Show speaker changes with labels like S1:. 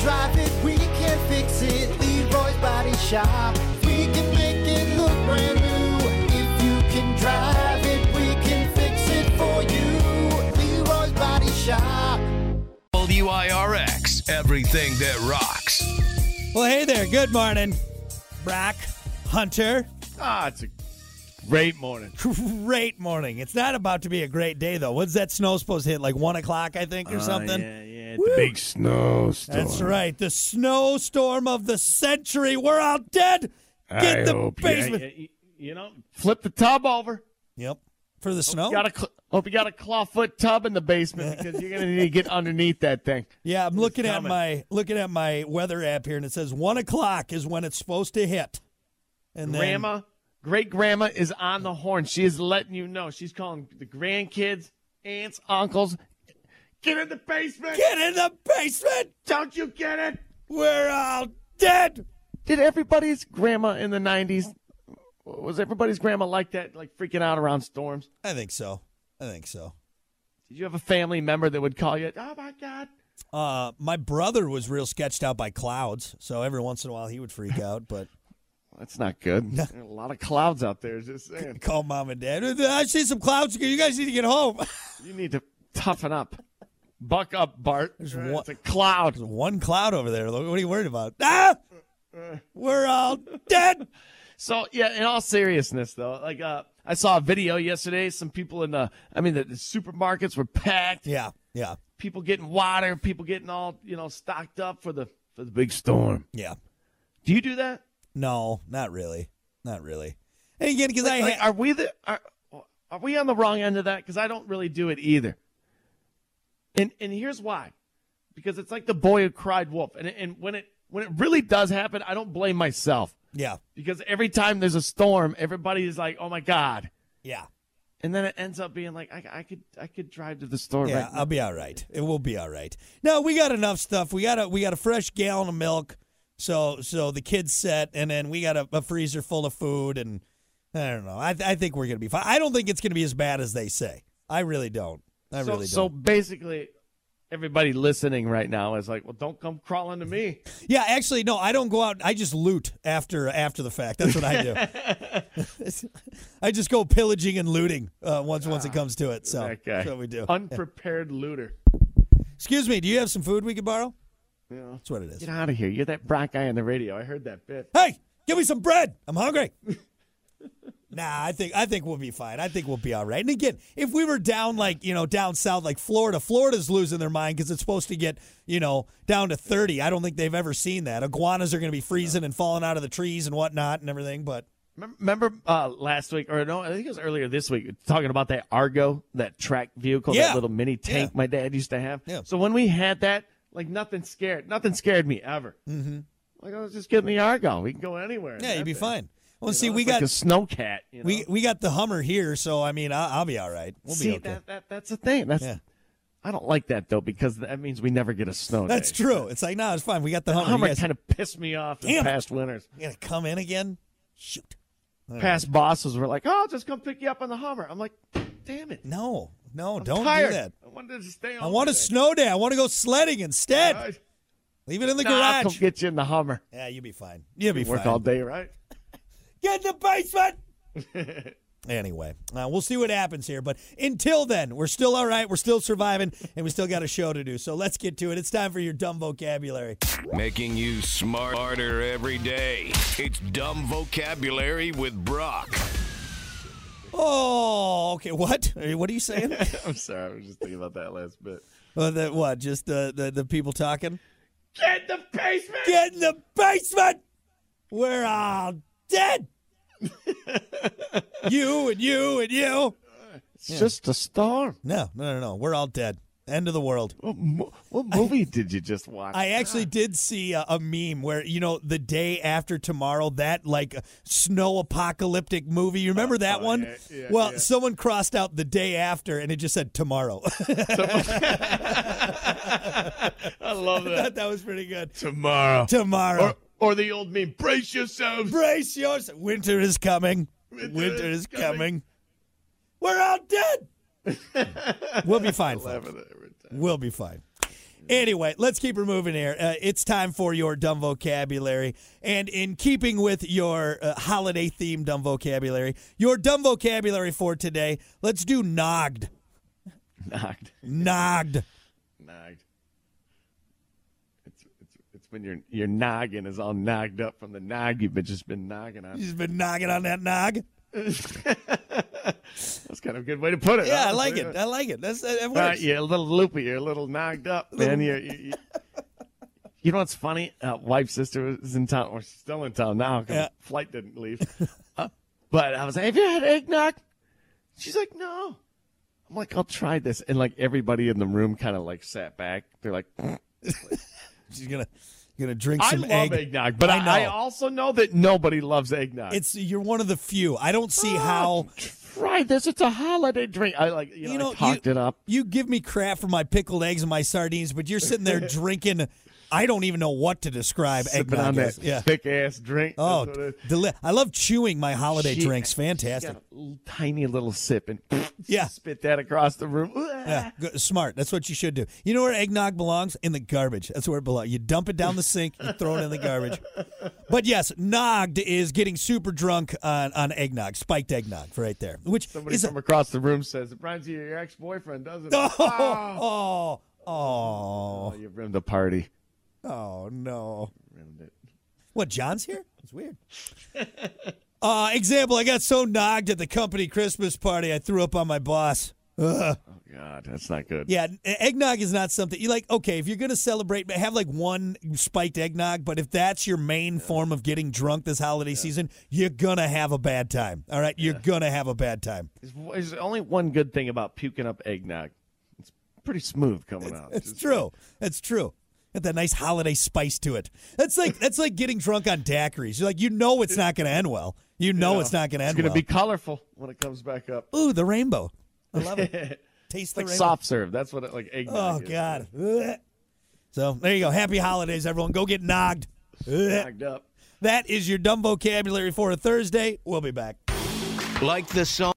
S1: drive it, we can fix it. Leroy's Body Shop. We can make it look brand new. If you can drive it, we can fix it for you. Leroy's Body Shop.
S2: WIRX, everything that rocks.
S3: Well, hey there. Good morning, Brock Hunter.
S4: Ah, it's a great morning.
S3: Great morning. It's not about to be a great day though. What's that snow supposed to hit? Like one o'clock, I think, or something.
S4: Ah, Yeah, yeah. The big snowstorm.
S3: That's right. The snowstorm of the century. We're all dead. Get
S5: I
S3: the
S5: hope you-
S4: Yeah,
S3: basement.
S4: yeah, you- you know, flip the tub over.
S3: Yep. For the snow.
S4: Oh, Got a cl- hope you got a clawfoot tub in the basement because you're gonna need to get underneath that thing.
S3: Yeah, I'm looking at
S4: coming.
S3: my looking at my weather app here, and it says one o'clock is when it's supposed to hit. And then
S4: grandma, great grandma is on the horn. She is letting you know. She's calling the grandkids, aunts, uncles. Get in the basement.
S3: get in the basement.
S4: Don't you get it?
S3: We're all dead.
S4: Did everybody's grandma in the '90s? Was everybody's grandma like that? Like freaking out around storms?
S3: I think so. I think so.
S4: Did you have a family member that would call you? Oh my God.
S3: Uh, my brother was real sketched out by clouds, so every once in a while he would freak out. But
S4: That's not good. There are a lot of clouds out there. Just saying,
S3: call mom and dad. I see some clouds. You guys need to get home.
S4: you need to toughen up, buck up, Bart. It's
S3: one-
S4: a cloud.
S3: There's one cloud over there. Look, What are you worried about? Ah, we're all dead.
S4: So yeah, in all seriousness though, like uh, I saw a video yesterday. Some people in the, I mean, the, the supermarkets were packed.
S3: Yeah, yeah,
S4: People getting water. People getting all you know stocked up for the for the big storm.
S3: yeah.
S4: Do you do that?
S3: No, not really. Not really. And again, because I
S4: Like,
S3: ha-
S4: are we the are, are we on the wrong end of that? Because I don't really do it either. And and here's why, because it's like the boy who cried wolf. And and when it when it really does happen, I don't blame myself
S3: yeah,
S4: because every time there's a storm, everybody is like, oh my god.
S3: yeah,
S4: And then it ends up being like I, I could I could drive to the store
S3: yeah.
S4: right now.
S3: I'll be all right. It will be all right. No, we got enough stuff. We got a we got a fresh gallon of milk. So so the kids set, and then we got a, a freezer full of food, and I don't know. I I think we're gonna be fine. I don't think it's gonna be as bad as they say. I really don't. I
S4: so,
S3: really
S4: so
S3: don't.
S4: basically, everybody listening right now is like, well, don't come crawling to me.
S3: Yeah, actually, no. I don't go out. I just loot after after the fact. That's what I do. I just go pillaging and looting uh, once once
S4: Ah,
S3: it comes to it. So
S4: that guy.
S3: that's what we do.
S4: Unprepared looter.
S3: Excuse me, do you have some food we could borrow?
S4: Yeah.
S3: That's what it is.
S4: Get out of here. You're that Brock guy on the radio. I heard that bit.
S3: Hey, give me some bread. I'm hungry. nah, I think I think we'll be fine. I think we'll be all right. And again, if we were down like, you know, down south like Florida, Florida's losing their mind cuz it's supposed to get, you know, down to 30. I don't think they've ever seen that. Iguanas are going to be freezing and falling out of the trees and whatnot and everything, but
S4: Remem- Remember uh, last week, or no, I think it was earlier this week, talking about that Argo, that track vehicle,
S3: Yeah.
S4: that little mini tank
S3: Yeah.
S4: my dad used to have.
S3: Yeah.
S4: So when we had that, like nothing scared, nothing scared me ever. Mm-hmm. Like, oh, let's just get in the Argo. We can go anywhere.
S3: yeah, you'd be
S4: That's it.
S3: fine. Well,
S4: You
S3: see,
S4: know,
S3: we
S4: it's like
S3: got
S4: a snow cat. You know?
S3: we we got the Hummer here, so I mean, I'll, I'll be all right. We'll
S4: see
S3: be okay.
S4: that, that that's the thing. That's
S3: Yeah.
S4: I don't like that though because that means we never get a snow.
S3: That's
S4: day.
S3: true. It's like, no, it's fine. We got the Hummer. You
S4: Hummer
S3: guys-
S4: kind of pissed me off in
S3: Damn it.
S4: past winters.
S3: you gonna come in again? Shoot.
S4: Past bosses were like, "Oh, I'll just come pick you up on the Hummer." I'm like, "Damn it,
S3: No, no,
S4: I'm
S3: don't
S4: tired.
S3: do that.
S4: I wanted to stay
S3: I
S4: home
S3: want a
S4: today."
S3: snow day. I want to go sledding instead.
S4: Right?
S3: Leave it in the
S4: Nah, I'll come
S3: garage.
S4: get you in the Hummer.
S3: yeah, you'll be fine. You'll be
S4: Work
S3: fine.
S4: all day, right?
S3: Get in the basement. anyway, uh, we'll see what happens here. But until then, we're still all right. We're still surviving, and we still got a show to do. So let's get to it. It's time for your dumb vocabulary.
S2: Making you smarter every day. It's Dumb Vocabulary with Brock.
S3: Oh, okay. What? What are you saying?
S4: I'm sorry, I was just thinking about that last bit.
S3: well, that what? Just the, the the people talking.
S4: Get in the basement.
S3: Get in the basement. We're all dead. you and you and you.
S4: It's just a storm.
S3: No, no, no, no. We're all dead. End of the world.
S4: What, mo- what movie did you just watch?
S3: I actually did see a, a meme where you know the day after tomorrow, that like snow apocalyptic movie. You remember that one?
S4: Oh, yeah, yeah,
S3: well,
S4: yeah.
S3: someone crossed out the day after, and it just said tomorrow.
S4: I love that.
S3: that was pretty good.
S4: Tomorrow.
S3: Tomorrow.
S4: Or, or the old meme, brace yourselves.
S3: Brace yourself. Winter is coming. Winter,
S4: Winter
S3: is,
S4: is
S3: coming.
S4: coming.
S3: We're all dead. we'll be fine.
S4: Laugh
S3: folks.
S4: at it every time.
S3: We'll be fine. Anyway, let's keep her moving here. Uh, it's time for your dumb vocabulary. And in keeping with your uh, holiday themed dumb vocabulary, your dumb vocabulary for today, let's do nogged.
S4: Knocked.
S3: Nogged.
S4: Knocked. It's, it's, it's when your, your noggin is all knocked up from the nog you've been just been nogging on.
S3: She's been nogging on that nog.
S4: That's kind of a good way to put it.
S3: Yeah, I
S4: huh?
S3: like it. I like it. That's that works.
S4: All right, you're a little loopy. You're a little knocked up, man. You're, you, you, you know what's funny? Uh, wife's sister is in town. Or she's still in town now. 'cause
S3: Yeah.
S4: the Flight didn't leave. Uh, but I was like, have you had eggnog? She's like, no. I'm like, I'll try this. And like everybody in the room kind of like sat back. They're like, "Mm,
S3: She's gonna gonna drink
S4: I
S3: some
S4: love
S3: egg.
S4: eggnog, but
S3: I
S4: I,
S3: know.
S4: I also know that nobody loves eggnog. Oh,
S3: It's you're one of the few. I don't see
S4: Ah.
S3: how
S4: try this. It's a holiday drink. I like, you know,
S3: You know,
S4: I talked
S3: you-
S4: it up.
S3: you give me crap for my pickled eggs and my sardines, but you're sitting there drinking. I don't even know what to describe
S4: Sipping
S3: eggnog
S4: on
S3: as.
S4: that
S3: Yeah.
S4: thick ass drink.
S3: Oh,
S4: That's what it-
S3: deli- I love chewing my holiday
S4: She-
S3: drinks.
S4: She
S3: Fantastic.
S4: got a l- tiny little sip and
S3: Yeah.
S4: spit that across the room.
S3: Yeah, good, smart. That's what you should do. You know where eggnog belongs? In the garbage. That's where it belongs. You dump it down the sink, you throw it in the garbage. But yes, nogged is getting super drunk on, on eggnog, spiked eggnog, right there. Which
S4: Somebody
S3: is a-
S4: from across the room says, "It reminds you of your ex-boyfriend, doesn't it?" Ah.
S3: oh, oh, oh,
S4: Oh, you ruined the party.
S3: oh, no.
S4: Ruined it.
S3: What, John's here? It's weird. Uh, example, I got so nogged at the company Christmas party, I threw up on my boss. Ugh.
S4: Oh God, that's not good.
S3: Yeah, e- eggnog is not something you like. Okay, if you're gonna celebrate, but have like one spiked eggnog. But if that's your main form of getting drunk this holiday season, you're gonna have a bad time. All right, you're gonna have a bad time.
S4: There's, there's only one good thing about puking up eggnog. It's pretty smooth coming out.
S3: It's
S4: Just-
S3: true. It's true. Got that nice holiday spice to it. That's like that's like getting drunk on daiquiris. You're like, you know, it's not gonna end well. You know, it's not gonna
S4: It's
S3: end
S4: gonna
S3: well.
S4: be colorful when it comes back up.
S3: Ooh, the rainbow. I love it. Taste the
S4: Like
S3: rainbow.
S4: soft serve. That's what it, like eggnog.
S3: Oh
S4: is.
S3: God. Ugh. So there you go. Happy holidays, everyone. Go get nogged. Ugh.
S4: Knocked up.
S3: That is your dumb vocabulary for a Thursday. We'll be back.
S2: Like the song.